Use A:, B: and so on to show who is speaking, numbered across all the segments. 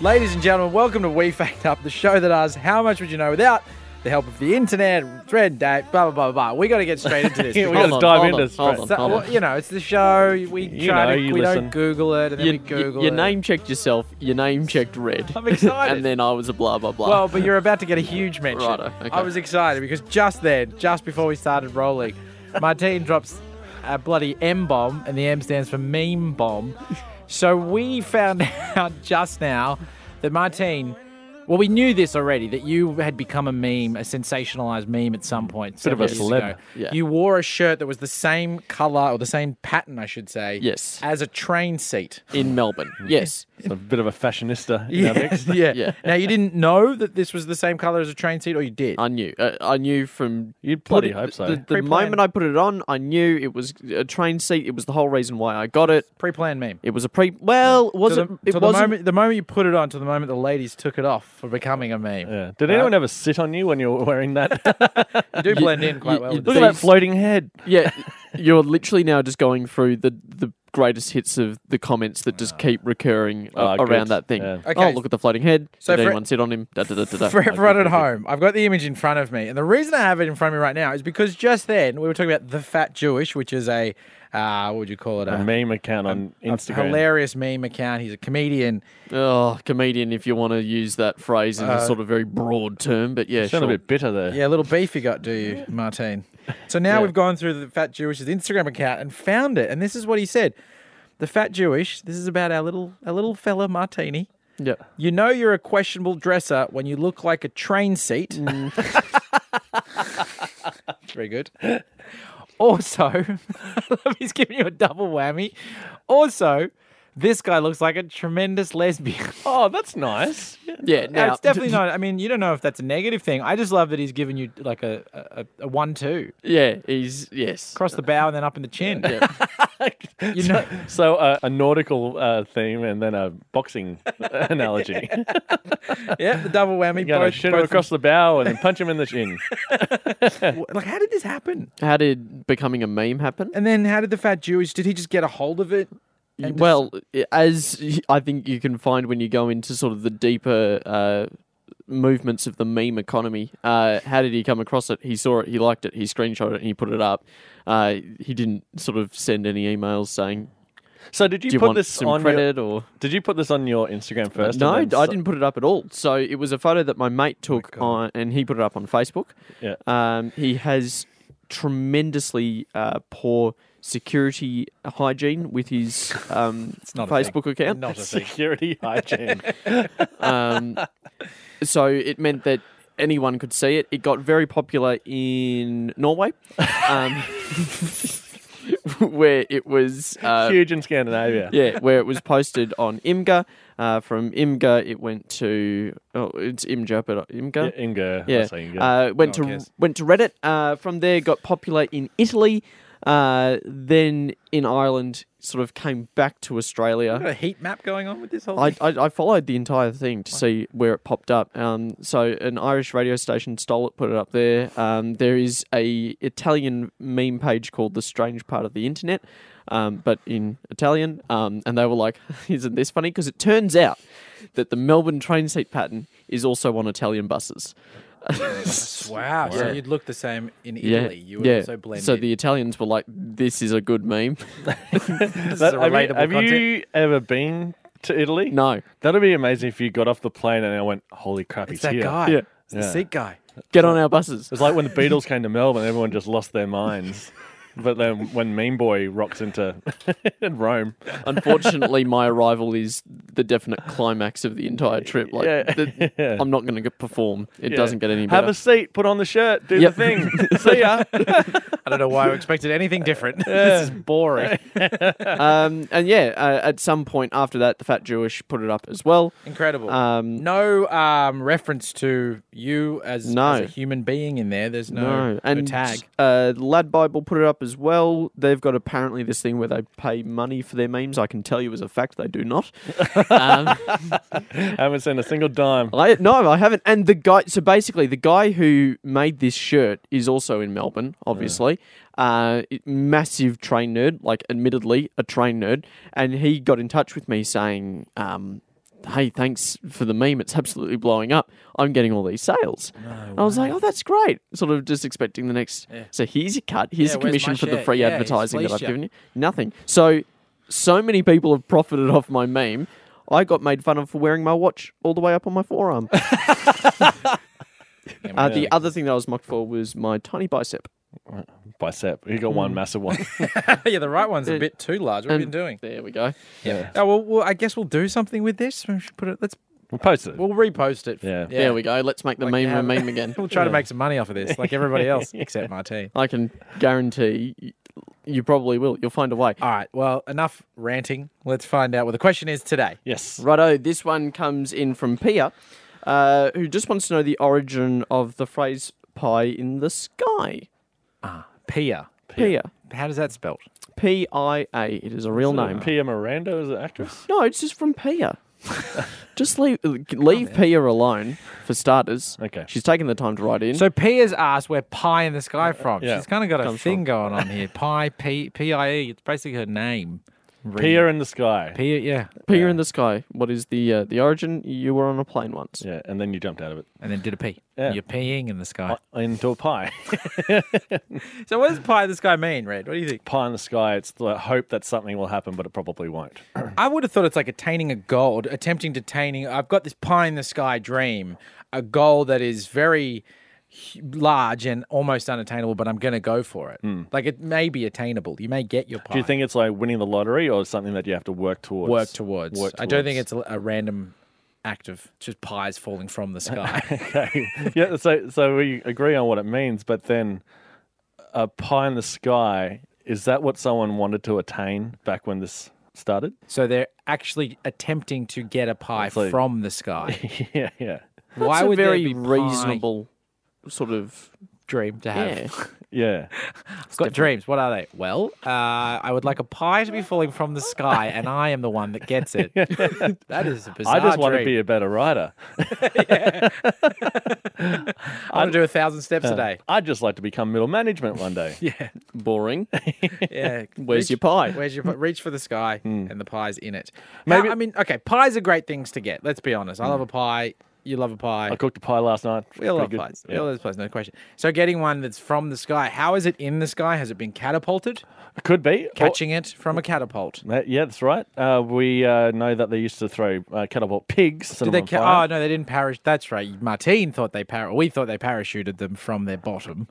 A: Ladies and gentlemen, welcome to We Fact Up, the show that asks how much would you know without the help of the internet, thread date, blah, blah, blah, blah. We got to get straight into this.
B: Yeah, we
A: because-
B: gotta dive into
C: on,
B: this,
C: hold
B: right?
C: on,
A: So,
C: hold on.
A: well, you know, it's the show. We
B: You
A: try
B: know,
A: to,
B: you
A: we
B: listen.
A: don't Google it, and then
C: You,
A: we Google
C: you
A: it.
C: name checked yourself. You name checked red.
A: I'm excited.
C: and then I was a blah blah blah.
A: Well, but you're about to get a huge mention.
C: Righto, okay.
A: I was excited because just then, just before we started rolling, Martine drops a bloody M bomb, and the M stands for meme bomb. So we found out just now that Martine. Well, we knew this already that you had become a meme, a sensationalized meme at some point. Bit
B: of a celeb.
C: Yeah.
A: You wore a shirt that was the same color or the same pattern, I should say,
C: Yes.
A: as a train seat.
C: in Melbourne.
B: Mm.
C: Yes.
B: It's a bit of a fashionista. in our
A: Yeah,
B: mix.
A: yeah.
C: Yeah.
A: Now you didn't know that this was the same color as a train seat, or you did?
C: I knew. Uh, I knew from
B: You'd bloody
C: put it-
B: hope so.
C: The, the
A: Pre-planned.
C: moment I put it on, I knew it was a train seat. It was the whole reason why I got it.
A: Pre-planned meme.
C: It was a pre. Well, was
A: to
C: it?
A: the,
C: It
A: to the
C: wasn't.
A: moment the moment you put it on to the moment the ladies took it off for becoming a meme.
B: yeah. Did anyone ever sit on you when you were wearing that?
A: You do blend in quite
C: you-
A: well.
C: you
A: with
B: Look
A: the-
B: at that
C: These-
B: floating head.
C: yeah, you're literally now just going through the the greatest hits of the comments that just keep recurring uh,
B: Oh,
C: around
B: Ah. good.
C: that thing.
B: Yeah.
A: Okay.
C: Oh, look at the floating head.
A: So
C: Did
A: for-
C: anyone sit on him? Da, da, da, da, da.
A: for
C: Okay,
A: everyone at
C: good, good.
A: home, I've got the image in front of me, and the reason I have it in front of me right now is because just then we were talking about the fat Jewish, which is a uh, what would you call it?
B: A meme account on
A: a
B: Instagram.
A: hilarious meme account. He's a comedian.
C: Oh, comedian, if you want to use that phrase in a sort of very broad term, but yeah,
B: Uh, You Sound
C: sure.
B: a bit bitter there.
A: Yeah, a little beef you got, do you, Martine? So now
C: Yeah.
A: we've gone through the Fat Jewish's Instagram account and found it. And this is what he said. The Fat Jewish, this is about our little our little fella Martini.
C: Yeah.
A: You know you're a questionable dresser when you look like a train seat.
C: Mm.
A: Very good. Also, he's giving you a double whammy. Also, this guy looks like a tremendous lesbian.
B: Oh, that's nice.
C: Yeah,
A: No,
C: now,
A: it's definitely not. I mean, you don't know if that's a negative thing. I just love that he's given you like a, a, a one-two
C: yeah, he's, yes.
A: across the bow and then up in the chin. You
B: so
A: know,
B: so, uh, a nautical uh, theme and then a boxing analogy.
A: yeah, the double whammy.
B: You're going to
A: both,
B: shoot him
A: both-
B: across the bow and then punch him in the chin.
A: Like, how did this happen?
C: How did becoming a meme happen?
A: And then, how did the fat Jewish? Did he just get a hold of it? and just-
C: well, as y- I think you can find when you go into sort of the deeper uh, movements of the meme economy, uh, how did he come across it? He saw it, he liked it, he screenshot it, and he put it up. Uh, he didn't sort of send any emails saying,
B: So, did you
C: "Do you
B: put
C: want
B: this
C: some
B: on
C: credit?"
B: your?
C: or
B: Did you put this on your Instagram first? and
C: no, I
B: then so-
C: didn't put it up at all. So it was a photo that my mate took on, and he put it up on Facebook.
B: Yeah.
C: Um, he has tremendously uh, poor security hygiene with his um,
A: not a thing.
C: Facebook account.
A: Not a thing.
B: Security hygiene.
C: Um, so it meant that anyone could see it. It got very popular in Norway, um, where it was. Uh,
B: Huge in Scandinavia.
C: yeah, where it was posted on Imgur. Uh, from Imgur, it went to oh, it's Imgur, but Imgur.
B: Yeah, Inga. I
C: Yeah.
B: say Inga.
C: Uh,
A: No
C: went
A: one
C: to
A: cares.
C: went to Reddit. Uh, from there, got popular in Italy. Uh, then in Ireland, sort of came back to Australia.
A: Got a heat map going on with this whole
C: I,
A: thing.
C: I, I followed the entire thing to see where it popped up. Um, so an Irish radio station stole it, put it up there. Um, there is a Italian meme page called "The Strange Part of the Internet," um, but in Italian. Um, and they were like, "Isn't this funny?" Because it turns out that the Melbourne train seat pattern is also on Italian buses.
A: Wow. So
C: Yeah.
A: you'd look the same in Italy. You would also blend
C: So
A: in.
C: the Italians were like, "This is a good meme."
A: This is
B: That-
A: a
B: have you,
A: relatable
B: have
A: content.
B: you ever been to Italy?
C: no,
B: That'd be amazing if you got off the plane and I went, holy crap,
A: it's
B: he's
A: that
B: here.
A: guy.
C: Yeah.
A: It's the
B: Yeah.
A: seat guy.
C: get on our buses.
B: It's like when the Beatles came to Melbourne, everyone just lost their minds. But then when Mean Boy rocks into Rome,
C: Unfortunately, my arrival is the definite climax of the entire trip. Like,
B: Yeah.
C: the-
B: Yeah.
C: I'm not going to perform. It
B: yeah,
C: doesn't get any
B: Have
C: better.
B: a seat, put on the shirt, do the
C: Yep.
B: thing. See ya.
A: I don't know why I expected anything different.
B: Yeah.
A: this is boring.
C: um, and yeah, uh, at some point after that, the fat Jewish put it up as well.
A: Incredible.
C: Um,
A: no um, reference to you as,
C: No.
A: as a human being in there. There's no,
C: no, and
A: tag.
C: Uh, Lad Bible put it up as well. They've got apparently this thing where they pay money for their memes. I can tell you as a fact they do not. um,
B: Haven't seen a single dime.
C: I no, I haven't. And the guy, so basically, the guy who made this shirt is also in Melbourne, obviously. Uh, it- massive train nerd, like admittedly a train nerd, and he got in touch with me saying, um, hey, thanks for the meme. It's absolutely blowing up. I'm getting all these sales. I was like, oh, that's great. Sort of just expecting the next. So here's your cut. Here's
A: Yeah,
C: a
A: where's my
C: commission for the
A: share?
C: free
A: Yeah, it's
C: advertising that
A: fleeced
C: I've
A: ya.
C: given you. Nothing. So, so many people have profited off my meme. I got made fun of for wearing my watch all the way up on my forearm. Uh, the other thing that I was mocked for was my tiny bicep.
B: Bicep. You got
A: Mm.
B: one massive one.
A: yeah, the right one's a
C: Uh,
A: bit too large. What have you
C: and-
A: been doing?
C: There we go.
A: Yeah. Oh, well, well, I guess we'll do something with this. We should put it. Let's.
B: We'll post it.
A: We'll repost it.
B: Yeah.
C: There we go. Let's make the
A: Like,
C: meme
A: yeah.
C: a meme again.
A: We'll try to make some money off of this, like everybody else, except Martine.
C: I can guarantee y- you probably will. You'll find a way.
A: All right. Well, enough ranting. Let's find out what the question is today.
B: yes.
C: Righto, this one comes in from Pia, uh, who just wants to know the origin of the phrase pie in the sky.
A: Pia.
C: Pia.
A: How does that spelled?
C: P I A. It is a real name.
B: Pia Miranda is an actress.
C: no, it's just from Pia. just leave leave Pia alone for starters.
B: Okay.
C: She's taken the time to write in.
A: So Pia's asked where pie in the sky from.
B: Yeah.
A: She's kind of got a
C: Comes
A: thing going on here. Pie, P, P-I-E. It's basically her name. Really.
B: Pia in the sky.
A: Pia, yeah.
C: Pia in the sky. What is the uh, the origin? You were on a plane once.
B: yeah, and then you jumped out of it
A: And then did a pee.
B: Yeah.
A: You're peeing in the sky.
B: into a pie.
A: So what does pie in the sky mean, Red? What do you think?
B: pie in the sky. It's the hope that something will happen, but it probably won't.
A: I would have thought it's like attaining a goal, attempting to attaining. I've got this pie in the sky dream, a goal that is very hu- large and almost unattainable, but I'm going to go for it. Like it may be attainable. You may get your pie.
B: Hmm. Do you think it's like winning the lottery or something that you have to work towards?
A: work towards?
B: Work
A: I don't think
B: towards.
A: it's a, a random act of just pies falling from the sky.
B: okay. yeah. So so we agree on what it means, but then a pie in the sky is that what someone wanted to attain back when this started?
A: so they're actually attempting to get a pie
B: like-
A: from the sky.
B: yeah. Yeah.
A: Why
C: That's a
A: would
C: very
A: there be pie
C: reasonable sort of
A: dream to have?
C: yeah.
B: Yeah.
A: I've got dreams. What are they? Well, uh, I would like a pie to be falling from the sky, and I am the one that gets it. that is a bizarre
B: I just want to
A: dream.
B: be a better writer.
A: I want to do a thousand steps
B: Uh.
A: a day.
B: I'd just like to become middle management one day.
A: Yeah,
C: boring.
A: yeah. Reach-
C: Where's your pie?
A: Where's your pie? reach for the sky, and the pie's in it. Maybe
B: Maybe-
A: I mean, okay, pies are great things to get. Let's be honest. I love a pie. You love a pie.
B: I cooked a pie last night.
A: We all love
B: Pretty good.
A: pies. We
B: Yeah.
A: all love pies. No question. So getting one that's from the sky. How is it in the sky? Has it been catapulted?
B: Could be. Or-
A: Catching it from a catapult.
B: Uh, yeah, that's right. Uh, we uh, know that they used to throw uh, catapult pigs.
A: Did
B: set them
A: they?
B: on
A: Ca-
B: fire.
A: oh no, they didn't parachute. That's right. Martine thought they par. We thought they parachuted them from their bottom.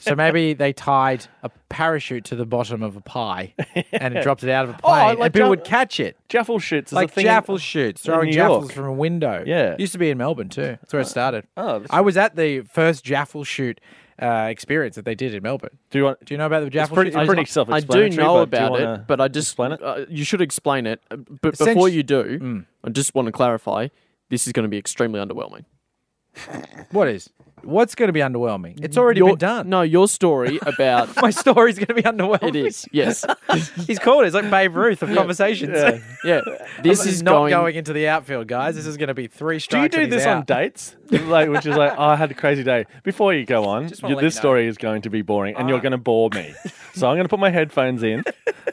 A: so maybe they tied a parachute to the bottom of a pie and it dropped it out of a plane.
B: Oh, I
A: and
B: like
A: people
B: Jaff-
A: would catch it,
B: Jaffel shoots is a
A: like
B: thing. uh,
A: jaffel shoots, throwing
B: New
A: jaffels
B: York.
A: from a window.
B: Yeah.
A: It used to be in Melbourne too. That's where it started.
B: oh, that's-
A: I was at the first jaffel shoot uh, experience that they did in Melbourne.
B: Do you want?
A: Do you know about the jaffel
B: pretty-
A: shoot?
B: it's pretty
A: It's
C: I
B: self-explanatory.
C: do
B: but
C: know
B: do you
C: about
B: wanna
C: it, but I just
B: explain it?
C: Uh, you should explain it. uh, But
A: Essenti-
C: before you do, I just want to clarify: this is going to be extremely underwhelming.
A: not- what is? What's going to be underwhelming? It's already
C: Your-
A: been done.
C: No, your story about
A: My story's going to be underwhelming.
C: it is yes,
A: He's called. it. It's like Babe Ruth of conversations.
C: yeah. This
A: This
C: is
A: is not
C: going.
A: going... into the outfield, guys. This is going to be three
B: Do you
A: strikes.
B: do
A: and he's
B: this on
A: out.
B: dates? like, which is like, oh, I had a crazy day. Before you go on,
A: Just wanna
B: you-
A: let
B: this
A: you know.
B: story is going to be boring, and you're going to bore me. so I'm going to put my headphones in,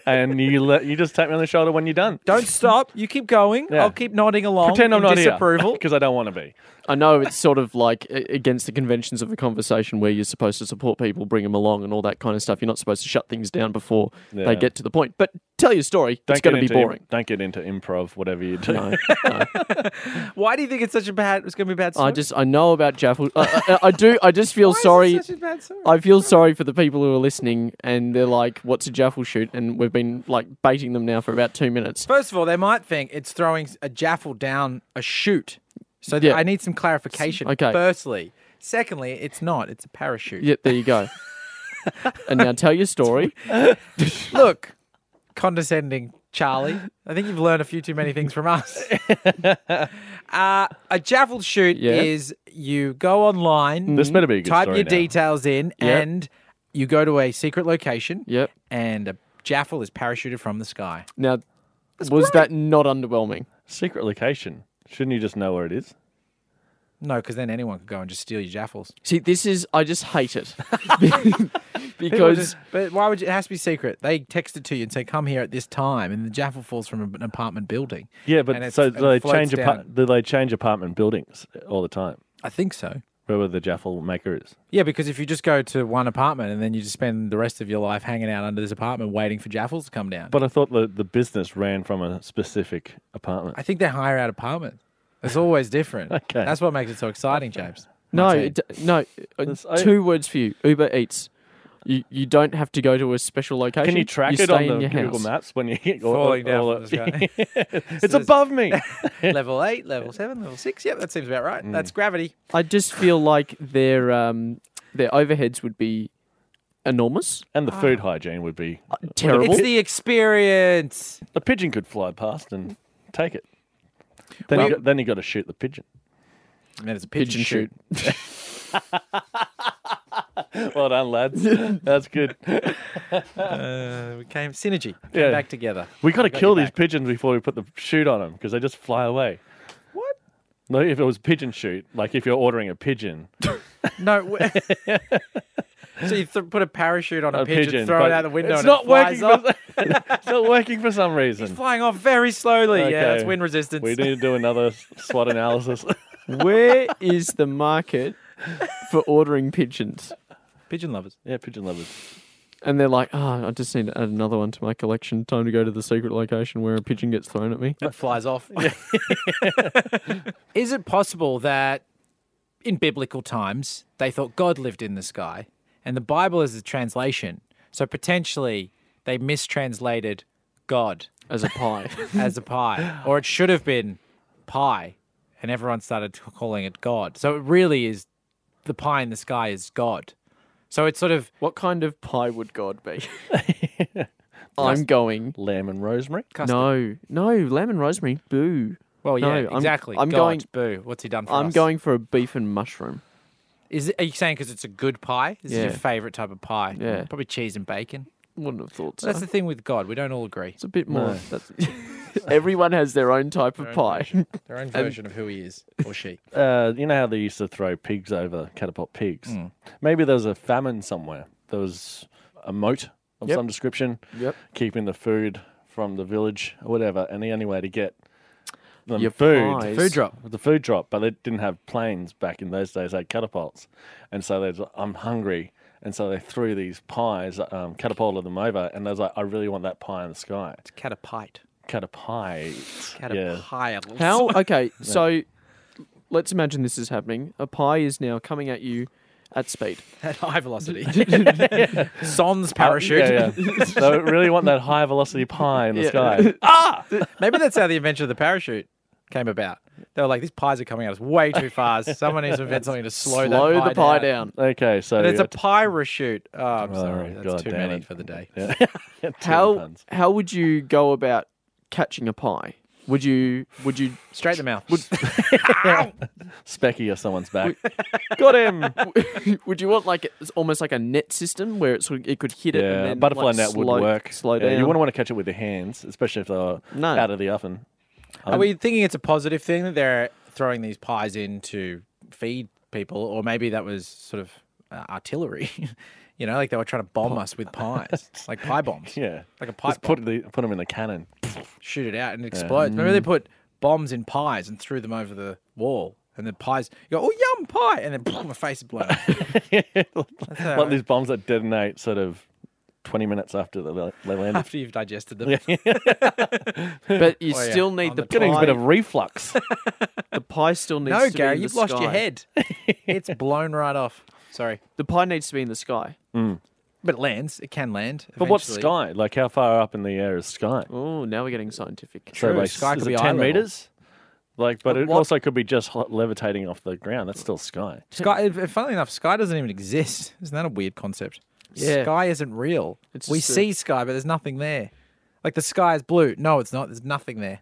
B: and you let you just tap me on the shoulder when you're done.
A: Don't stop. You keep going.
B: Yeah.
A: I'll keep nodding along.
B: Pretend
A: in
B: I'm not
A: disapproval.
B: because I don't want to be.
C: I know it's sort of like a- against the conventions of a conversation where you're supposed to support people, bring them along, and all that kind of stuff. You're not supposed to shut things down before
B: Yeah.
C: they get to the point. But tell your story.
B: Don't
C: it's going to
B: get
C: be
B: into im-
C: boring.
B: don't get into improv, whatever you do.
C: No.
A: Why do you think it's such a bad? It's going to be a bad. Story?
C: I just I know about Jaffel. I, I, I do. I just feel
A: Why is it
C: sorry.
A: such a bad story?
C: I feel sorry for the people who are listening and they're like, what's a jaffel shoot? And we've been like baiting them now for about two minutes.
A: First of all, they might think it's throwing a jaffel down a chute. So th-
C: Yeah.
A: I need some clarification.
C: Okay.
A: Firstly, secondly, it's not. It's a parachute.
C: Yeah, there you go. and now tell your story.
A: Look, condescending Charlie. I think you've learned a few too many things from us. uh, a jaffel shoot
C: Yeah.
A: is you go online.
B: This better be a good
A: type
B: story
A: your
B: now.
A: details in
C: Yep.
A: and you go to a secret location
C: Yep.
A: and a jaffel is parachuted from the sky
C: Now, was that not underwhelming?
B: Secret location. Shouldn't you just know where it is?
A: no because then anyone could go and just steal your jaffels
C: See, this is, I just hate it.
A: People
C: because
A: just- but why would you, it has to be secret? They text it to you and say, "Come here at this time," and the jaffel falls from an apartment building.
B: Yeah, but
A: And it's-
B: so
A: and
B: do they
A: it floats
B: change
A: down.
B: apart- do they change apartment buildings all the time?
A: I think so.
B: Wherever the Jaffel maker is.
A: Yeah, because if you just go to one apartment and then you just spend the rest of your life hanging out under this apartment waiting for jaffels to come down.
B: But I thought the, the business ran from a specific apartment.
A: I think they hire out apartments. It's always different.
B: Okay.
A: That's what makes it so exciting, James.
C: no,
A: Martin.
C: it, d- no. uh,
B: This- I-
C: two words for you: Uber Eats. You you don't have to go to a special location.
B: Can you track it
C: stay
B: on
C: in
B: the
C: your
B: Google
C: house.
B: Maps when you hit
A: Falling down
B: all
A: from the
B: the- it's
A: This is-
B: above me.
A: level eight, level seven, level six. Yep, that seems about right.
B: Mm.
A: That's gravity.
C: I just feel like their um their overheads would be enormous,
B: and the food
A: Ah.
B: hygiene would be
C: terrible.
A: It's the experience.
B: a pigeon could fly past and take it. Then,
A: Well-
B: you got, then you got to shoot the pigeon.
A: And then it's a
C: Pigeon shoot.
B: Well done, lads. That's good.
A: Uh, we came synergy. Came
B: Yeah.
A: back together.
B: We got to
A: got
B: kill
A: your
B: these
A: back.
B: pigeons before we put the shoot on them because they just fly away.
A: What?
B: No, if it was pigeon shoot, like if you're ordering a pigeon,
A: No. w- so you th- put a parachute on a,
B: a
A: pigeon,
B: pigeon,
A: throw
B: but
A: it out the window,
B: It's
A: and
B: not
A: it flies
B: working.
A: off.
B: For, it's not working for some
A: It's
B: reason.
A: flying off very slowly. Yeah, that's
B: Okay.
A: wind resistance.
B: We need to do another SWOT analysis.
C: Where is the market for ordering pigeons?
A: Pigeon lovers.
B: yeah, pigeon lovers.
C: And they're like, oh, I just need to add another one to my collection. Time to go to the secret location where a pigeon gets thrown at me.
A: It flies off. Is it possible that in biblical times they thought God lived in the sky and the Bible is a translation? So potentially they mistranslated God
C: As a pie.
A: as a pie, or it should have been pie, and everyone started t- calling it God. So it really is the pie in the sky is God. So it's sort of
C: what kind of pie would God be? I'm going.
B: Lamb and rosemary.
A: custom.
C: No, no, lamb and rosemary. Boo.
A: well,
C: no,
A: yeah,
C: I'm-
A: exactly.
C: I'm
A: God,
C: going-
A: Boo! What's he done for us?
C: I'm going for a beef and mushroom.
A: Is it, are you saying because it's a good pie? This is
C: Yeah.
A: your favorite type of pie.
C: Yeah.
A: Probably cheese and bacon.
C: Wouldn't have thought so.
A: That's the thing with God. We don't all agree.
C: it's a bit more.
B: No.
C: That's, everyone has their own type of pie.
A: Their
C: Um,
A: own version of who he is or she.
B: Uh, you know how they used to throw pigs over catapult pigs? Maybe there was a famine somewhere. There was a moat of
C: Yep.
B: some description,
C: Yep.
B: keeping the food from the village or whatever. And the only way to get the
C: Your
B: food,
C: pies.
A: Food drop.
B: the food drop, but they didn't have planes back in those days. They had catapults, and so they like, "I'm hungry," and so they threw these pies, um, catapulted them over, and they was like, "I really want that pie in the sky."
A: Catapite.
B: Catapite. Yeah.
A: Catapile.
C: How? Okay, so let's imagine this is happening. A pie is now coming at you at speed.
A: At high velocity.
C: Uh,
A: Son's parachute.
B: Yeah, yeah. they really want that high velocity pie in the sky.
A: Maybe that's how the invention of the parachute came about. They were like, these pies are coming at us way too fast. Someone needs to invent something to slow, that
C: Slow the pie down.
B: Okay, so
A: But it's a
B: t-
A: pyrachute. Oh, I'm sorry.
B: Oh,
A: That's
B: God
A: too
B: damn
A: many
B: it.
A: for the day.
B: yeah. Two
C: How
B: puns.
C: how would you go about catching a pie? Would you would you
A: Straight in the mouth.
B: Specky or someone's back. Got him.
C: would you want like it's almost like a net system where it's it could hit it? and
B: Yeah,
C: then,
B: butterfly
C: like,
B: net would
C: slow-
B: work.
C: Slow
B: Yeah,
C: down.
B: you wouldn't want to catch it with your hands, especially if they're
C: No.
B: out of the oven.
A: Are we thinking it's a positive thing that they're throwing these pies in to feed people, or maybe that was sort of uh, artillery? you know, like they were trying to bomb us with pies, like pie bombs.
B: Yeah,
A: Like a
B: just
A: pipe
B: put the put them in the cannon.
A: Shoot it out and it explodes. Remember they put bombs in pies and threw them over the wall, and the pies you go, oh yum pie, and then my face is blown. up.
B: like these bombs that detonate sort of twenty minutes after they, they landed.
A: After you've digested them,
C: but you
A: Oh, yeah,
C: still need
A: on
C: the,
A: the
B: Getting a
C: pie.
B: bit of reflux.
C: the pie still needs.
A: no,
C: to
A: Gary,
C: be in
A: you've
C: the
A: lost your
C: sky.
A: head. it's blown right off. Sorry,
C: The pie needs to be in the sky.
A: but it lands. It can land.
B: but what's
A: eventually.
B: sky? Like how far up in the air is sky?
C: Oh, now we're getting scientific.
B: So
A: True,
B: like
A: sky
B: is
A: could
B: it
A: be eye
B: ten
A: level.
B: meters. Like, but it
C: what-
B: also could be just ho- levitating off the ground. That's still sky.
A: Sky, if- if- funnily enough, sky doesn't even exist. Isn't that a weird concept?
C: Yeah.
A: Sky isn't real.
C: It's
A: we
C: just a-
A: see sky, but there's nothing there. Like the sky is blue. No, it's not. There's nothing there.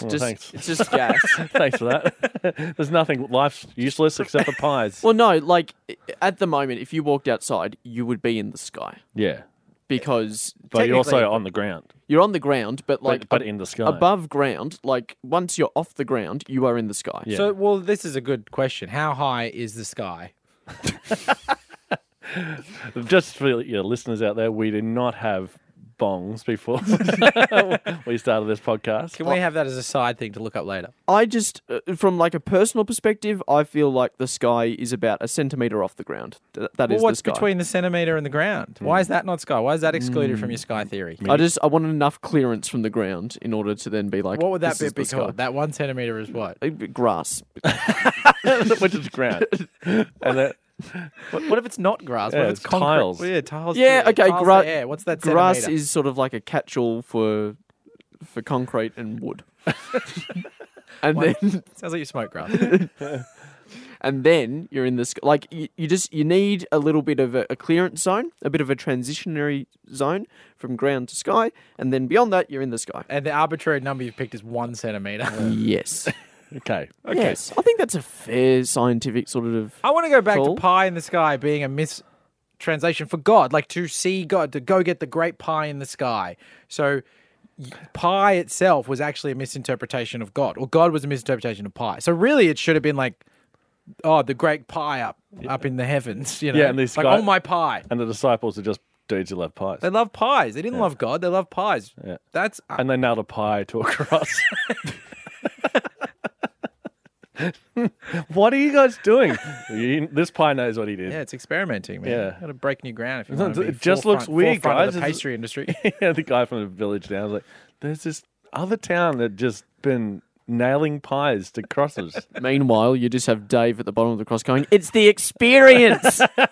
C: It's just
B: thanks.
C: it's just gas.
B: Thanks for that. There's nothing. Life's useless except for pies.
C: Well, no, like i- at the moment, if you walked outside, you would be in the sky
B: yeah,
C: because
B: but you're
A: Technically-
B: also on the ground,
C: you're on the ground, but
B: like,
C: like
B: but
C: ab-
B: in the sky.
C: above ground, like once you're off the ground, you are in the sky.
B: Yeah.
A: So, well, this is a good question. How high is the sky?
B: Just for your listeners out there, we did not have bongs before we started this podcast.
A: Can we have that as a side thing to look up later?
C: I just, uh, from like a personal perspective, I feel like the sky is about a centimeter off the ground. Th- that is
A: Well, what's
C: the sky. Hmm.
A: between the centimeter and the ground? Why is that not sky? Why is that excluded from your sky theory?
C: I just, I want enough clearance from the ground in order to then be like,
A: What would that
C: this
A: bit
C: is
A: be
C: the sky.
A: called? That one centimeter is what?
C: Uh, Grass.
B: which is ground. And that,
A: What, what if it's not grass? What
B: Yeah,
A: if it's,
B: it's
A: concrete?
B: tiles.
A: Well, yeah, tiles.
C: Yeah,
A: yeah,
C: okay.
A: tiles
C: gra-
A: are air. What's that?
C: Grass
A: centimeter?
C: is sort of like a catch-all for for concrete and wood. and then
A: Sounds like you smoke grass.
C: and then you're in this like you, you just you need a little bit of a, a clearance zone, a bit of a transitionary zone from ground to sky, and then beyond that you're in the sky.
A: and the arbitrary number you've picked is one centimeter.
C: Yes.
B: okay.
C: Yes. I think that's a fair scientific sort of
A: I want to go back
C: Cool.
A: to pie in the sky being a mistranslation for God, like to see God, to go get the great pie in the sky. So y- pie itself was actually a misinterpretation of God, or God was a misinterpretation of pie. So really, it should have been like, oh, the great pie up up in the heavens, you know,
B: Yeah, and the
A: like
B: sky-
A: on my pie.
B: And the disciples are just dudes who love pies.
A: They love pies. They didn't love God. They love pies.
B: Yeah.
A: That's uh,
B: And they nailed a pie to a cross. what are you guys doing? You- this pie knows what he did.
A: yeah, it's experimenting, man.
B: Yeah.
A: Got to break new ground if you want to be
B: It just looks
A: forefront-
B: weird,
A: forefront
B: guys.
A: Of the
B: It's-
A: pastry industry.
B: yeah, the guy from the village down was like, there's this other town that just been nailing pies to crosses.
C: Meanwhile, you just have Dave at the bottom of the cross going, It's the experience.
B: the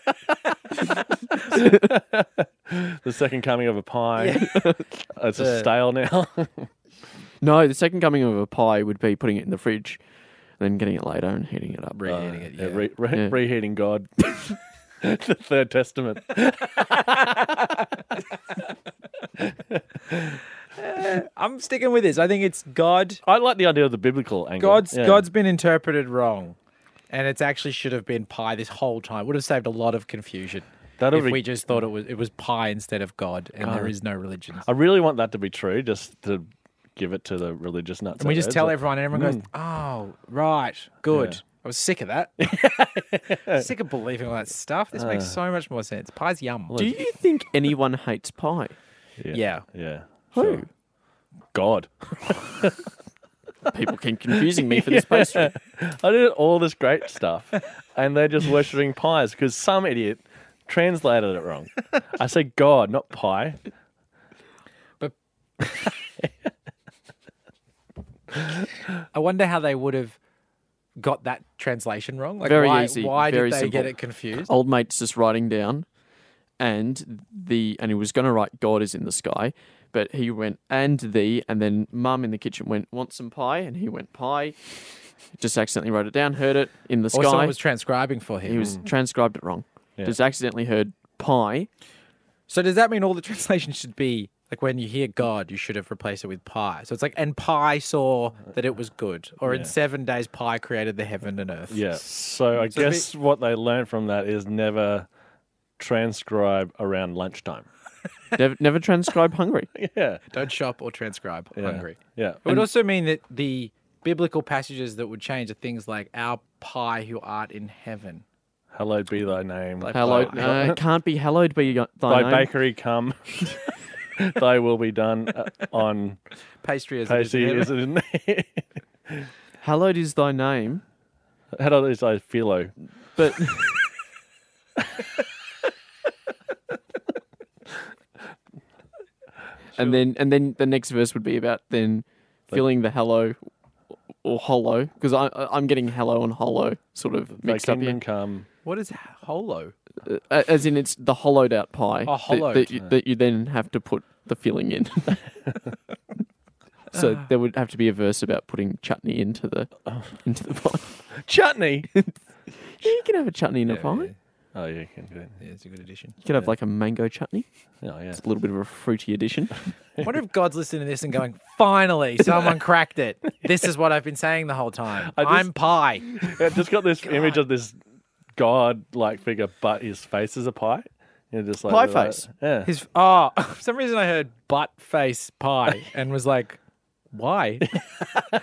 B: second coming of a pie. It's a
A: Yeah.
B: stale now.
C: no, the second coming of a pie would be putting it in the fridge, then getting it later and heating it up.
A: Reheating it,
B: Yeah,
A: yeah.
B: re- re-
C: Yeah.
B: Reheating God. the Third Testament.
A: I'm sticking with this. I think it's God.
B: I like the idea of the biblical angle.
A: God's
B: Yeah.
A: God's been interpreted wrong, and it's actually should have been pie this whole time. Would have saved a lot of confusion
B: That'll
A: if
B: be-
A: we just thought it was it was pie instead of God, and there is no religion.
B: I really want that to be true, just to give it to the religious nuts.
A: And we
B: out
A: just
B: there.
A: tell
B: It's
A: everyone, and everyone goes, "Oh, right, good."
B: Yeah.
A: I was sick of that. sick of believing all that stuff. This makes so much more sense. Pie's yum.
C: Do you think anyone hates pie?
B: like-
A: yeah.
B: Yeah.
C: Who?
B: sure. God.
C: People keep confusing me for this pastry.
B: I did all this great stuff, and they're just worshipping pies because some idiot translated it wrong. I said God, not pie.
A: But I wonder how they would have got that translation wrong. Like
C: Very
A: why,
C: easy,
A: why
C: very
A: did they get
C: simple. Oh,
A: it confused?
C: Old mate's just writing down, and the and he was going to write God is in the sky, but he went and the, and then mum in the kitchen went want some pie, and he went pie. Just accidentally wrote it down, heard it in the
A: Or Oh, someone
C: sky.
A: was hmm. transcribing for him.
C: he was transcribed it wrong.
B: Yeah.
C: Just accidentally heard pie.
A: So does that mean all the translations should be like when you hear God, you should have replaced it with pie? So it's like, and pie saw that it was good, or in seven days, pie created the heaven and earth.
B: Yeah. So I
A: So the-
B: guess what they learned from that is never transcribe around lunchtime.
C: Never, never transcribe hungry.
B: Yeah.
A: Don't shop or transcribe. Hungry.
B: Yeah.
A: It would also mean that the biblical passages that would change are things like "Our pie who art in heaven."
B: Hallowed be thy name.
A: Like-
C: Hallowed,
A: Pie.
C: no, it can't be hallowed be your- thy
B: thy
C: name.
B: bakery come. thy will be done uh, on
A: Pastry as it is in
B: Pacey,
A: heaven.
B: is it in
C: Hallowed is thy name,
B: How is thy philo?
C: but and then and then the next verse would be about then filling the hello or hollow because I I- I'm getting hello and hollow sort of
B: Thy
C: mixed up
B: kingdom
C: here,
B: come.
A: What is holo?
C: Uh, as in it's the hollowed out pie
A: Oh,
C: that,
A: hollowed.
C: that, you, that you then have to put the filling in. So there would have to be a verse about putting chutney into the into the pie.
B: Chutney.
C: Yeah, you can have a chutney in a pie.
B: oh, yeah, you can do it.
A: Yeah, it's a good addition.
C: You could have like a mango chutney.
B: Oh, yeah.
C: It's a little bit of a fruity addition.
A: I wonder if God's listening to this and going, "Finally, someone cracked it. This is what I've been saying the whole time.
B: I just-
A: I'm pie."
B: I just got this image of this god-like figure, but his face is a pie. You know, just like
C: Pie
B: with that-
C: face.
B: Yeah.
A: His oh, for some reason I heard butt face pie and was like, why?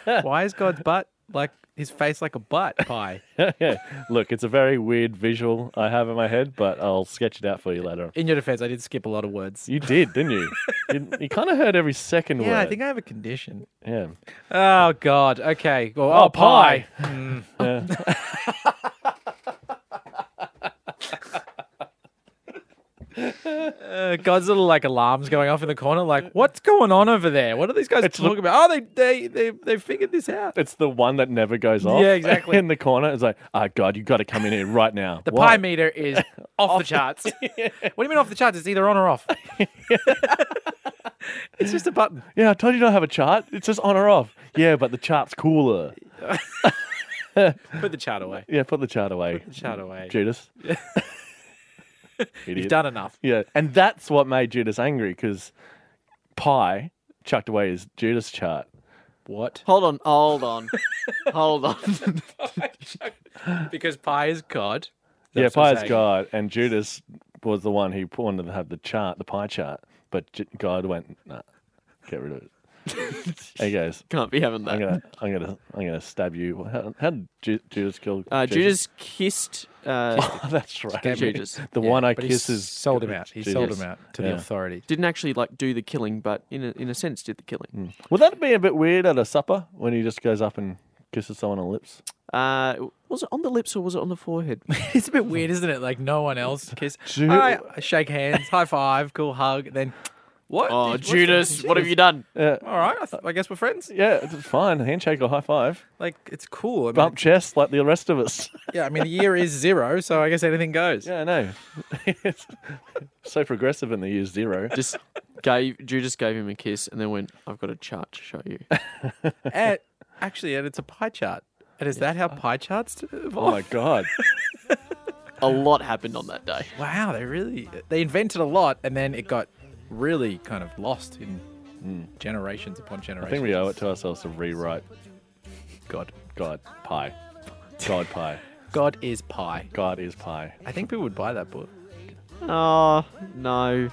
A: why is God's butt like his face like a butt pie.
B: Look, it's a very weird visual I have in my head, but I'll sketch it out for you later. on.
A: In your defense, I did skip a lot of words.
B: You did, didn't you? You, you kind of heard every second word.
A: Yeah, I think I have a condition.
B: Yeah.
A: Oh God. Okay. Well, oh, pie.
B: Yeah.
A: Uh, God's little like alarms going off in the corner. Like, what's going on over there? What are these guys
B: It's
A: talking about? Oh, they they they they figured this out.
B: It's the one that never goes off.
A: Yeah, exactly.
B: In the corner, it's like, oh God, you got to come in here right now.
A: The
B: Why?
A: pie meter is off, the charts. What do you mean off the charts? It's either on or off. it's just a button.
B: Yeah, I told you don't have a chart. It's just on or off. Yeah, but the chart's cooler.
A: Put the chart away.
B: Yeah, put the chart away.
A: Chart away.
B: Judas.
A: You've
B: Idiot.
A: done enough.
B: yeah, and that's what made Judas angry because Pi chucked away his Judas chart.
A: What?
C: Hold on, hold on, hold on.
A: because pie is God.
B: Yeah,
A: That's what I'm
B: Pi's
A: saying.
B: God, and Judas was the one who wanted to have the chart, the pie chart, but J- God went, nah, get rid of it. hey guys,
C: Can't be having
B: I'm
C: that.
B: gonna, I'm gonna, I'm gonna stab you. How, how did Ju- Judas kill?
C: Uh,
B: Jesus?
C: Judas kissed. Uh,
B: Oh, that's right.
C: Judas.
B: The one I
A: but he s-
B: kiss is
A: sold him out. He sold
B: Jesus.
A: him out to
B: Yeah.
A: the authorities.
C: didn't actually like do the killing, but in a, in a sense did the killing.
B: Would that be a bit weird at a supper when he just goes up and kisses someone on the lips?
C: Uh, was it on the lips or was it on the forehead? Oh,
A: It's a bit weird, isn't it? Like no one else kiss.
B: Ju-
A: Hi, shake hands, high five, cool hug. Then what? Did-
C: oh,
A: what's-
C: Judas, what have you done?
B: Yeah,
A: All right, I, th- I guess we're friends.
B: yeah, it's fine. Handshake or high five,
A: Like it's cool. I mean,
B: bump chest like the rest of us.
A: Yeah, I mean the year is zero, so I guess anything goes.
B: Yeah, I know. It's so progressive in the year zero.
C: Just gave Judas gave him a kiss and then went. I've got a chart to show you.
A: And actually, and it's a pie chart. And is that how pie charts d-
B: Oh
A: evolve?
B: my god.
C: a lot happened on that day.
A: wow, they really they invented a lot, and then it got really kind of lost in generations upon
B: Hmm. I
A: generations.
B: think we owe it to ourselves to rewrite
A: God.
B: God pie. God pie.
A: God is pie.
B: God is pie.
A: I think people would buy that book.
C: Oh no,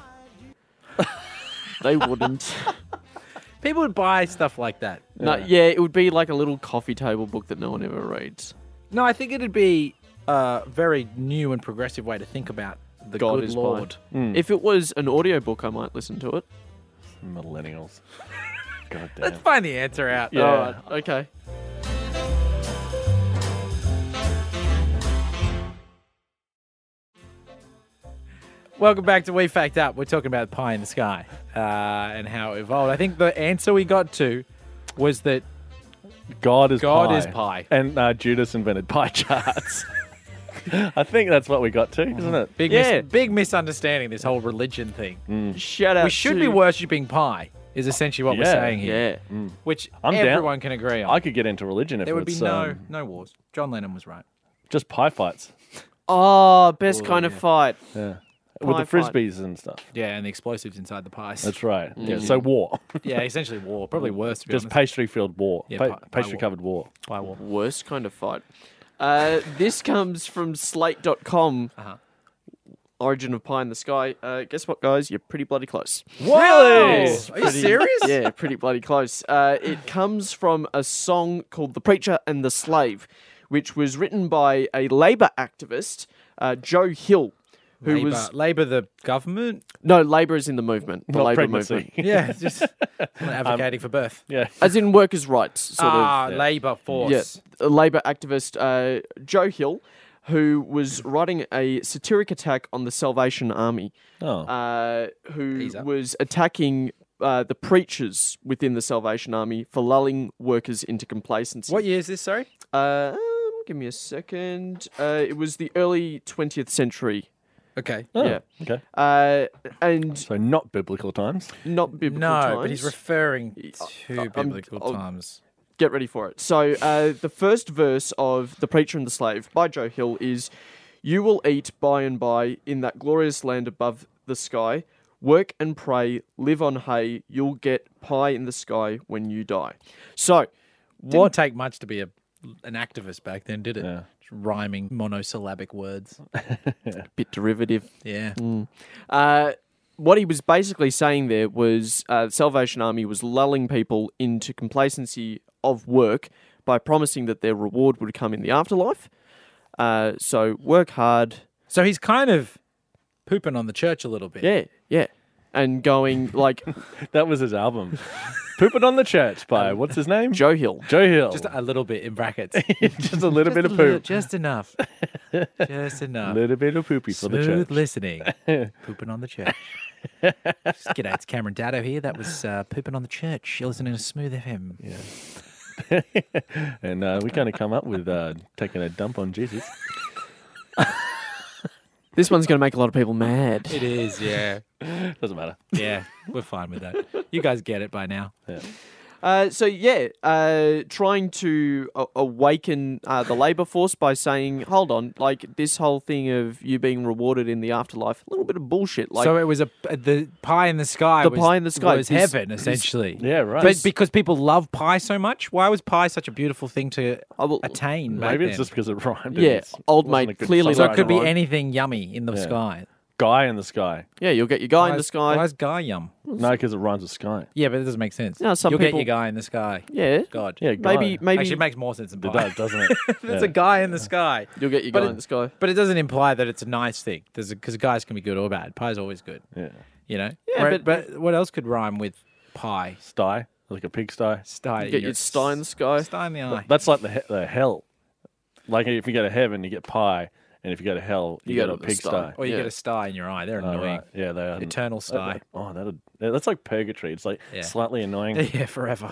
C: they wouldn't.
A: People would buy stuff like that.
C: No, yeah, it would be like a little coffee table book that no one ever reads.
A: No, I think it'd be a very new and progressive way to think about the
C: God
A: good
C: is mine.
A: Lord.
B: Hmm.
C: If it was an audiobook, I might listen to it.
B: Millennials. God damn.
A: Let's find the answer out.
B: Yeah.
C: Alright, okay.
A: Welcome back to We Fact Up. We're talking about pie in the sky uh, and how it evolved. I think the answer we got to was that
B: God is
A: God
B: pie.
A: is pie.
B: And uh, Judas invented pie charts. I think that's what we got to, isn't it?
A: Uh-huh. big,
C: Yeah.
A: mis- big misunderstanding this whole religion thing.
B: Hmm.
C: Shout out.
A: We should be
C: to-
A: worshiping pie is essentially what we're
B: Yeah.
A: saying here,
C: Yeah.
B: Hmm.
A: which
B: I'm down.
A: everyone can agree on.
B: I could get into religion if
A: there would
B: it's
A: be no
B: um,
A: no wars. John Lennon was right.
B: just pie fights
C: Oh, best kind of fight.
B: with
C: Pie
B: the
C: fight.
B: frisbees and stuff.
A: Yeah, and the explosives inside the pies.
B: That's right. Yeah. So war,
A: yeah, essentially war. Probably worse to be
B: just
A: Mm-hmm. honest.
B: pastry filled war,
A: Yeah,
B: pa-
A: pie- pie
B: pastry covered war.
A: Pie war.
C: Worst kind of fight. Uh, this comes from slate.com.
A: Uh-huh.
C: Origin of Pie in the Sky. Uh, guess what, guys? You're pretty bloody close.
A: Really?
C: It's
A: Are you serious?
C: Yeah, pretty bloody close. Uh, it comes from a song called The Preacher and the Slave, which was written by a Labour activist, uh, Joe Hill, who
A: Labor,
C: was.
A: Labor the government?
C: No, Labour is in the movement, the
B: Not
C: Labour
B: pregnancy.
C: movement.
A: Yeah, it's just advocating for birth.
B: Yeah,
C: As in workers' rights, sort of.
A: Ah, labor force.
C: Yes, a Labour activist uh, Joe Hill, who was writing a satiric attack on the Salvation Army,
B: Oh.
C: uh, who
A: He's up.
C: was attacking uh, the preachers within the Salvation Army for lulling workers into complacency.
A: What year is this? Sorry,
C: Uh, um, give me a second. Uh, it was the early 20th century.
A: okay.
B: Oh,
C: yeah.
B: Okay.
C: Uh, and
B: So not biblical times.
C: not biblical
A: No,
C: times.
A: but he's referring to biblical
C: I'll-
A: times.
C: get ready for it. So, uh, the first verse of The Preacher and the Slave by Joe Hill is You will eat by and by in that glorious land above the sky. Work and pray, live on hay. You'll get pie in the sky when you die. So,
A: Didn't
C: what?
A: take much to be a an activist back then, did it?
B: Yeah.
A: Just Rhyming monosyllabic words.
C: Bit derivative.
A: Yeah.
C: Uh, what he was basically saying there was uh, the Salvation Army was lulling people into complacency of work by promising that their reward would come in the afterlife. Uh, so work hard.
A: So he's kind of pooping on the church a little bit.
C: Yeah, yeah. And going like
B: That was his album. Pooping on the Church by what's his name?
C: Joe Hill.
B: Joe Hill.
A: Just a little bit in brackets.
B: Just a little bit of
A: Just a little-
B: poop.
A: Just enough. Just enough.
B: little bit of poopy for the
A: Smooth
B: church.
A: listening. pooping on the church. Just G'day, it's Cameron Dado here. That was uh, Pooping on the Church. You're listening to Smooth FM.
B: and uh, we kind of come up with uh, taking a dump on Jesus.
C: This one's going to make a lot of people mad.
A: It is, yeah.
B: Doesn't matter.
A: Yeah, we're fine with that. You guys get it by now.
C: Uh, so yeah, uh, trying to a- awaken uh, the labor force by saying, "Hold on, like this whole thing of you being rewarded in the afterlife, a little bit of bullshit." Like,
A: so it was a the pie in the sky.
C: The
A: was,
C: pie in the sky
A: was
C: is-
A: heaven,
C: is-
A: essentially.
B: Yeah, right.
A: But because people love pie so much, why was pie such a beautiful thing to
C: I will-
A: attain? back
B: Maybe it's
A: then?
B: just because it rhymed.
C: Yeah, old mate, clearly
A: so
B: So
A: it could be
B: any
A: anything yummy in the
B: Yeah.
A: sky.
B: guy in the sky.
C: yeah, you'll get your guy
A: Why
C: in the
A: is- Why
C: sky.
A: is guy yum?
B: No, because it rhymes with sky.
A: Yeah, but it doesn't make sense.
C: No, some
A: You'll
C: people-
A: get your guy in the sky.
C: Yeah,
A: God.
B: Yeah, guy.
C: maybe maybe
A: Actually, it makes more sense than
B: it
A: pie.
B: does, doesn't it?
A: There's
B: Yeah.
A: a guy in the sky.
C: you'll get your
A: But
C: guy
A: it-
C: in the sky.
A: But it doesn't imply that it's a nice thing. Because guys can be good or bad. Pie's always good,
B: Yeah.
A: you know?
C: Yeah,
A: Where- what else could rhyme with pie?
B: Sty, like a pigsty.
A: Sty.
C: You get your sty in the sky.
A: Sty in the eye.
B: That's like the he- the hell. Like if you go to heaven, you get pie, and if you go to hell, you,
C: You
B: get
C: go
B: a
C: to the
B: pigsty.
C: sty.
A: Or you
C: Yeah.
A: get a sty in your eye. They're
B: Oh,
A: annoying.
B: right. Yeah, they are
A: Eternal sty.
B: Oh, that that's like purgatory. It's like
A: Yeah.
B: slightly annoying.
A: Yeah, forever.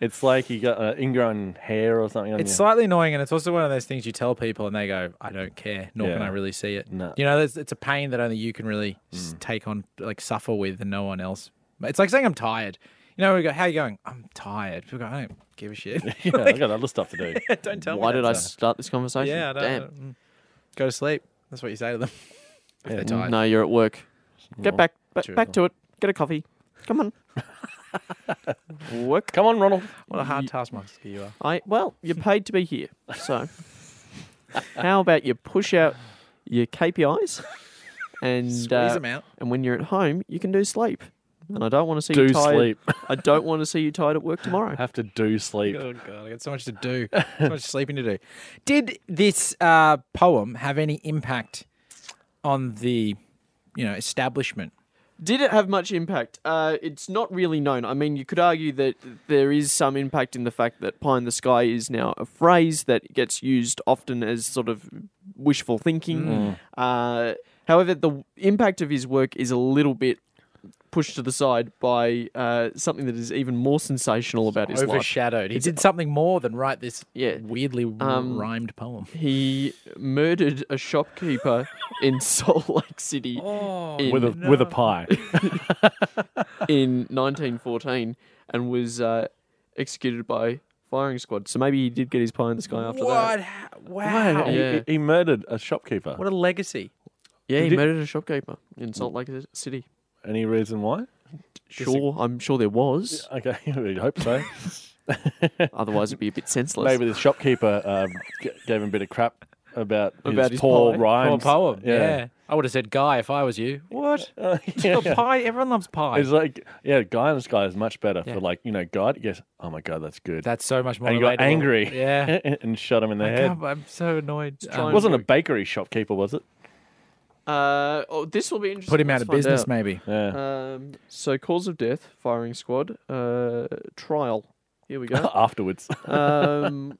B: It's like you got uh, ingrown hair or something. On
A: It's
B: your-
A: slightly annoying, and it's also one of those things you tell people, and they go, "I don't care, nor can
B: Yeah.
A: I really see it."
B: No.
A: You know, there's- it's a pain that only you can really s
C: Mm.
A: take on, like suffer with, and no one else. It's like saying I'm tired. You know, we go, "How you going?" I'm tired. People go, "I don't give a shit."
B: yeah, I got other stuff to do.
A: don't tell me.
C: Why did I
A: that's
C: start this
A: a-
C: conversation?
A: Yeah, I don't,
C: Damn.
A: mm. Go to sleep. That's what you say to them. if they're tired.
C: Mm, No, you're at work. Get
B: Well,
C: back ba-
B: true.
C: back to it. Get a coffee. Come on. work.
B: Come on, Ronald.
A: What a hard taskmaster you are.
C: I well, you're paid to be here. So how about you push out your KPIs and
A: Squeeze
C: uh,
A: them out.
C: and when you're at home, you can do sleep. And I don't want to see
B: Do
C: you tired.
B: sleep.
C: I don't want to see you tired at work tomorrow.
B: Have to do sleep.
A: Oh god, I got so much to do, so much sleeping to do. Did this uh, poem have any impact on the, you know, establishment?
C: Did it have much impact? Uh, it's not really known. I mean, you could argue that there is some impact in the fact that pie in the sky is now a phrase that gets used often as sort of wishful thinking. Uh, however, the impact of his work is a little bit pushed to the side by uh, something that is even more sensational about his life.
A: Overshadowed. He did something more than write this
C: Yeah.
A: weirdly
C: Um,
A: rhymed poem.
C: He murdered a shopkeeper in Salt Lake City
A: Oh,
C: in
B: With a with a pie.
C: in 1914 and was uh, executed by firing squad. So maybe he did get his pie in the sky after that.
A: what? Ha- Wow.
C: Wow. Yeah.
B: he, he murdered a shopkeeper.
A: What a legacy.
C: Yeah, he
B: Did-
C: murdered a shopkeeper in Salt Lake City.
B: Any reason why?
C: Sure, I'm sure there was.
B: Okay, we hope so.
C: Otherwise, it'd be a bit senseless.
B: Maybe the shopkeeper um, g- gave him a bit of crap about,
C: About his
B: his poor
C: pie.
A: Poor
B: rhymes.
A: poem. Yeah. I would have said guy if I was you. What?
B: Uh,
A: Oh,
B: yeah.
A: Pie. Everyone loves pie.
B: It's like, yeah, guy in the sky is much better
A: Yeah.
B: for like, you know, God. Yes, oh my God, that's good.
A: That's so much more.
B: and he got
A: relatable.
B: angry
A: Yeah.
B: and shot him in the
A: I
B: head.
A: can't- I'm so annoyed. Um,
C: trying-
B: It wasn't a bakery shopkeeper, was it?
C: Uh, oh, this will be interesting.
A: Put him out
C: Let's
A: of
C: find
A: business,
C: out.
A: maybe.
B: Yeah.
C: Um, so, cause of death, firing squad, uh, trial. Here we
B: Uh,
C: go.
B: Afterwards,
C: um,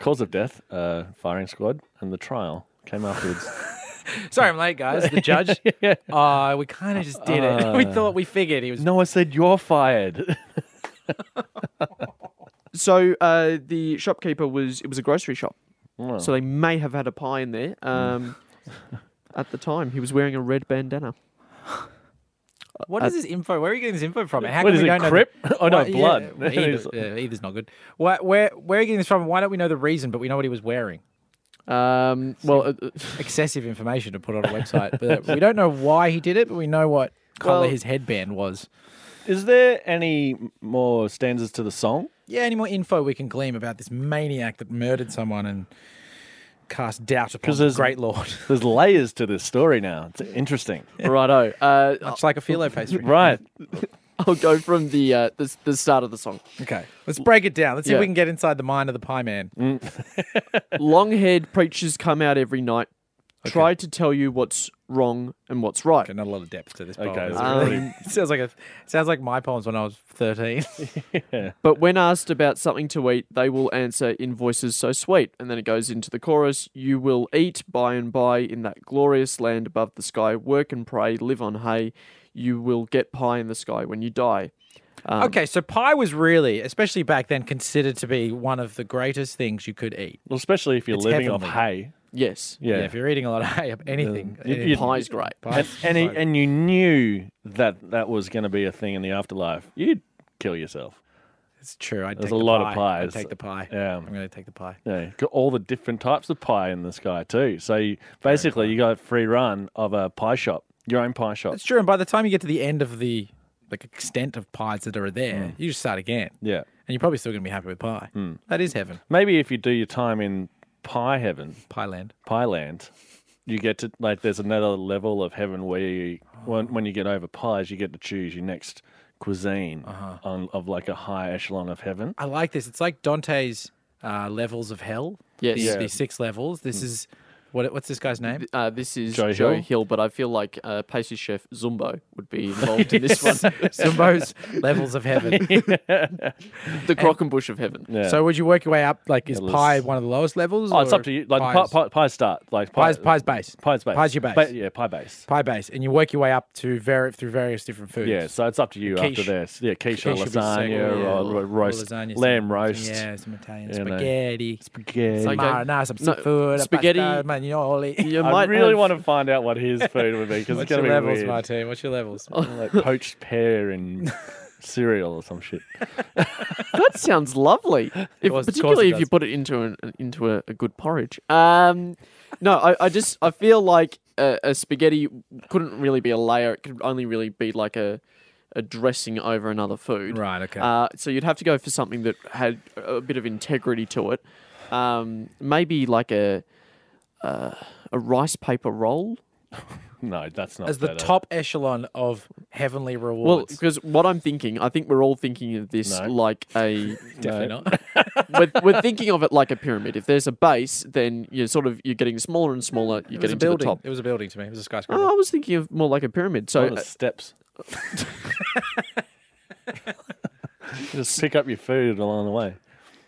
B: cause of death, uh, firing squad, and the trial came afterwards.
A: Sorry, I'm late, guys. The judge. Uh, we kind of just did it. we thought we figured he was.
B: Uh. no, I said you're fired.
C: so uh, the shopkeeper was it was a grocery shop.
B: Oh.
C: So they may have had a pie in there.
A: Hmm.
C: Um, at the time, he was wearing a red bandana.
A: What is this info? Where are you getting this info from? And How
B: What
A: come
B: is
A: we
B: it,
A: don't know?
B: Crip? Oh, no,
A: Why-
B: blood.
A: Yeah, either, yeah, either's not good. Why, where where are you getting this from? Why don't we know the reason? But we know what he was wearing.
C: Um, well, uh, uh,
A: Excessive information to put on a website, but we don't know why he did it. But we know what color
C: Well-
A: his headband was.
B: Is there any more stanzas to the song?
A: Yeah. Any more info we can glean about this maniac that murdered someone and cast doubt upon
B: 'Cause
A: the
B: there's-
A: great lord,
B: There's layers to this story now. It's interesting.
C: righto. Uh,
A: much like a phyllo pastry.
B: Right.
C: I'll go from the uh, the, the start of the song.
A: Okay. Let's break it down. Let's see if
C: Yeah.
A: we can get inside the mind of the pie man.
C: Long haired preachers come out every night, try to tell you what's wrong and what's right.
A: Okay, not a lot of depth to this poem.
B: Okay,
A: is
B: it's
A: it
C: really-
A: really? sounds like a sounds like my poems when I was thirteen.
C: But when asked about something to eat, they will answer in voices so sweet. And then it goes into the chorus You will eat by and by in that glorious land above the sky, work and pray, live on hay. You will get pie in the sky when you die.
A: okay, so pie was really, especially back then, considered to be one of the greatest things you could eat.
B: Well, especially if you're
A: It's
B: living off
A: heavenly.
B: hay.
C: Yes.
B: Yeah.
A: Yeah, if you're eating a lot of hay, anything,
B: You-
A: anything
B: you-
C: Pie's great.
A: pie,
B: and and, he- and you knew that that was going to be a thing in the afterlife. You'd kill yourself.
A: it's true. I
B: There's a lot of
A: I'd
B: pies.
A: take the pie.
B: Yeah.
A: I'm going to take the pie.
B: Yeah, got all the different types of pie in the sky too. So you, basically, you got a free run of a pie shop, your own pie shop.
A: It's true. And by the time you get to the end of the like extent of pies that are there, you just start again,
B: Yeah,
A: and you're probably still going to be happy with pie. That is heaven,
B: maybe if you do your time in pie heaven,
A: pie land.
B: pie land, you get to like there's another level of heaven where you, when when you get over pies, you get to choose your next cuisine
A: Uh-huh.
B: on, of like a high echelon of heaven.
A: I like this. It's like Dante's uh, levels of hell.
C: Yes.
A: the,
C: Yeah.
A: the six levels.
B: Hmm.
A: This is what? What's this guy's name?
C: Uh, this is
B: Joe
C: Joe,
B: Hill.
C: Hill. but I feel like uh, pastry chef Zumbo would be involved in this one.
A: Zumbo's levels of heaven.
C: the Crockenbush of Heaven.
B: Yeah.
A: So would you work your way up? Like, is
B: Levels.
A: pie one of the lowest levels?
B: oh, it's
A: or
B: up to you. Like pie,
A: pie's-
B: pie, pie start, like pie,
A: pie's, pie's base.
B: pie's base,
A: pie's your base.
B: Ba- yeah, pie base.
A: Pie base, and you work your way up to vari- through various different foods.
B: Yeah, so it's up to you
A: Quiche.
B: after this. Yeah, quiche, or
A: Quiche would be so
B: lasagna
A: good.
B: or,
A: Yeah.
B: or roast,
A: Lasagna,
B: lamb
A: some-
B: roast.
A: Yeah, some Italian
B: You know.
A: spaghetti.
B: Spaghetti.
A: Some
C: like-
A: marinara, some
C: No,
A: seafood,
C: spaghetti-
A: spaghetti, pasta, magnoli.
C: You
B: I
C: might
B: really
C: have-
B: want to find out what his food would be because it's
A: What's
B: going
A: your
B: to be
A: levels,
B: weird.
A: Martin? What's your levels?
B: Like poached pear and cereal or some shit.
C: That sounds lovely. If,
A: course- of course
C: particularly
A: it
C: if you
A: does.
C: put it into an, an- into a, a good porridge. Um, no, I, I just I feel like a, a spaghetti couldn't really be a layer. It could only really be like a a dressing over another food.
A: Right, okay.
C: Uh, so you'd have to go for something that had a a bit of integrity to it. Um, maybe like a uh, a rice paper roll.
B: No, that's not
A: As the
B: better.
A: top echelon of heavenly
C: Well,
A: rewards.
C: because what I'm thinking, I think we're all thinking of this
B: No.
C: like a
B: Definitely
A: definitely not.
C: we're, we're thinking of it like a pyramid. If there's a base, then you're sort of you're getting smaller and smaller. You're
A: it was a
C: getting to the
A: building.
C: top.
A: It was a building to me. It was a skyscraper.
C: Oh, I was thinking of more like a pyramid. So
B: What are
A: uh,
B: the steps. just pick up your food along the way.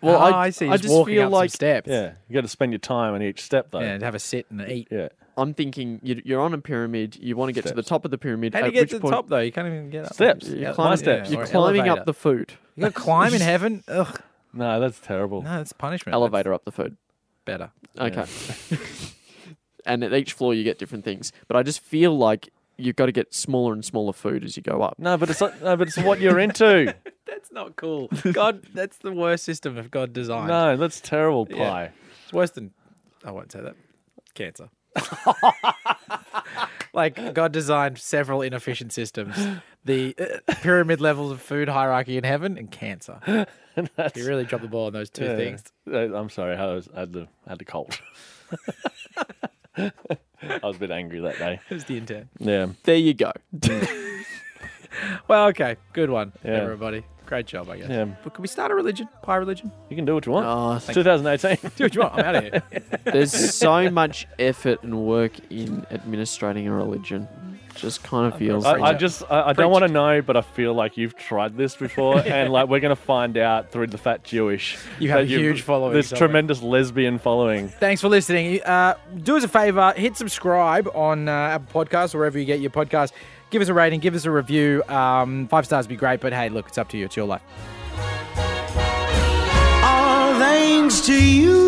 C: well,
A: Ah,
C: I,
A: I see.
C: I
A: Just
C: just
A: walking
C: feel
A: up
C: like
A: some steps.
B: Yeah, you got to spend your time on each step though.
A: Yeah, and have a sit and eat.
B: Yeah.
C: uh, I'm thinking you- you're on a pyramid. You want to get to the top of the pyramid.
A: How do you
C: at
A: get
C: which
A: to the
C: point
A: top though? You can't even get up.
B: Steps.
A: You
C: You're
B: Yeah, my
C: climbing,
B: steps.
A: or
C: you're climbing
A: elevator.
C: up the food.
A: gotta climb in heaven. Ugh,
B: No, that's terrible.
A: no, that's punishment. That's
C: Elevator up the food.
A: better.
C: Okay. and at each floor you get different things. But I just feel like you've got to get smaller and smaller food as you go up.
B: No, but it's not, no, but it's what you're into.
A: That's not cool. God, that's the worst system of God designed.
B: no, that's terrible pie.
A: Yeah. It's worse than I won't say that. Cancer. like God designed several inefficient systems. The uh, pyramid levels of food hierarchy in heaven and cancer. He really dropped the ball on those two
B: Yeah.
A: things.
B: Uh, I'm sorry, I, was, I had the I had the cold. I was a bit angry that day.
A: It was the intent.
B: Yeah,
C: There you go.
A: Well, okay, good one,
B: Yeah.
A: everybody. Great job, I guess.
B: Yeah.
A: But can we start a religion? Pie religion?
B: you can do what you want.
C: Oh,
B: It's 2018.
A: Do what you want. I'm out of here.
C: There's so much effort and work in administrating a religion. Just kind of feels.
B: I, I
C: like
B: just I, I don't want to know, but I feel like you've tried this before, and like we're gonna find out through the fat Jewish.
A: You have
B: that
A: a
B: you've-
A: huge following
B: This
A: somewhere.
B: tremendous lesbian following.
A: Thanks for listening. Uh, do us a favor, hit subscribe on uh, Apple Podcasts, wherever you get your podcast. Give us a rating, give us a review. Um, five stars would be great, but hey, look, it's up to you. It's your life.
D: all thanks to you.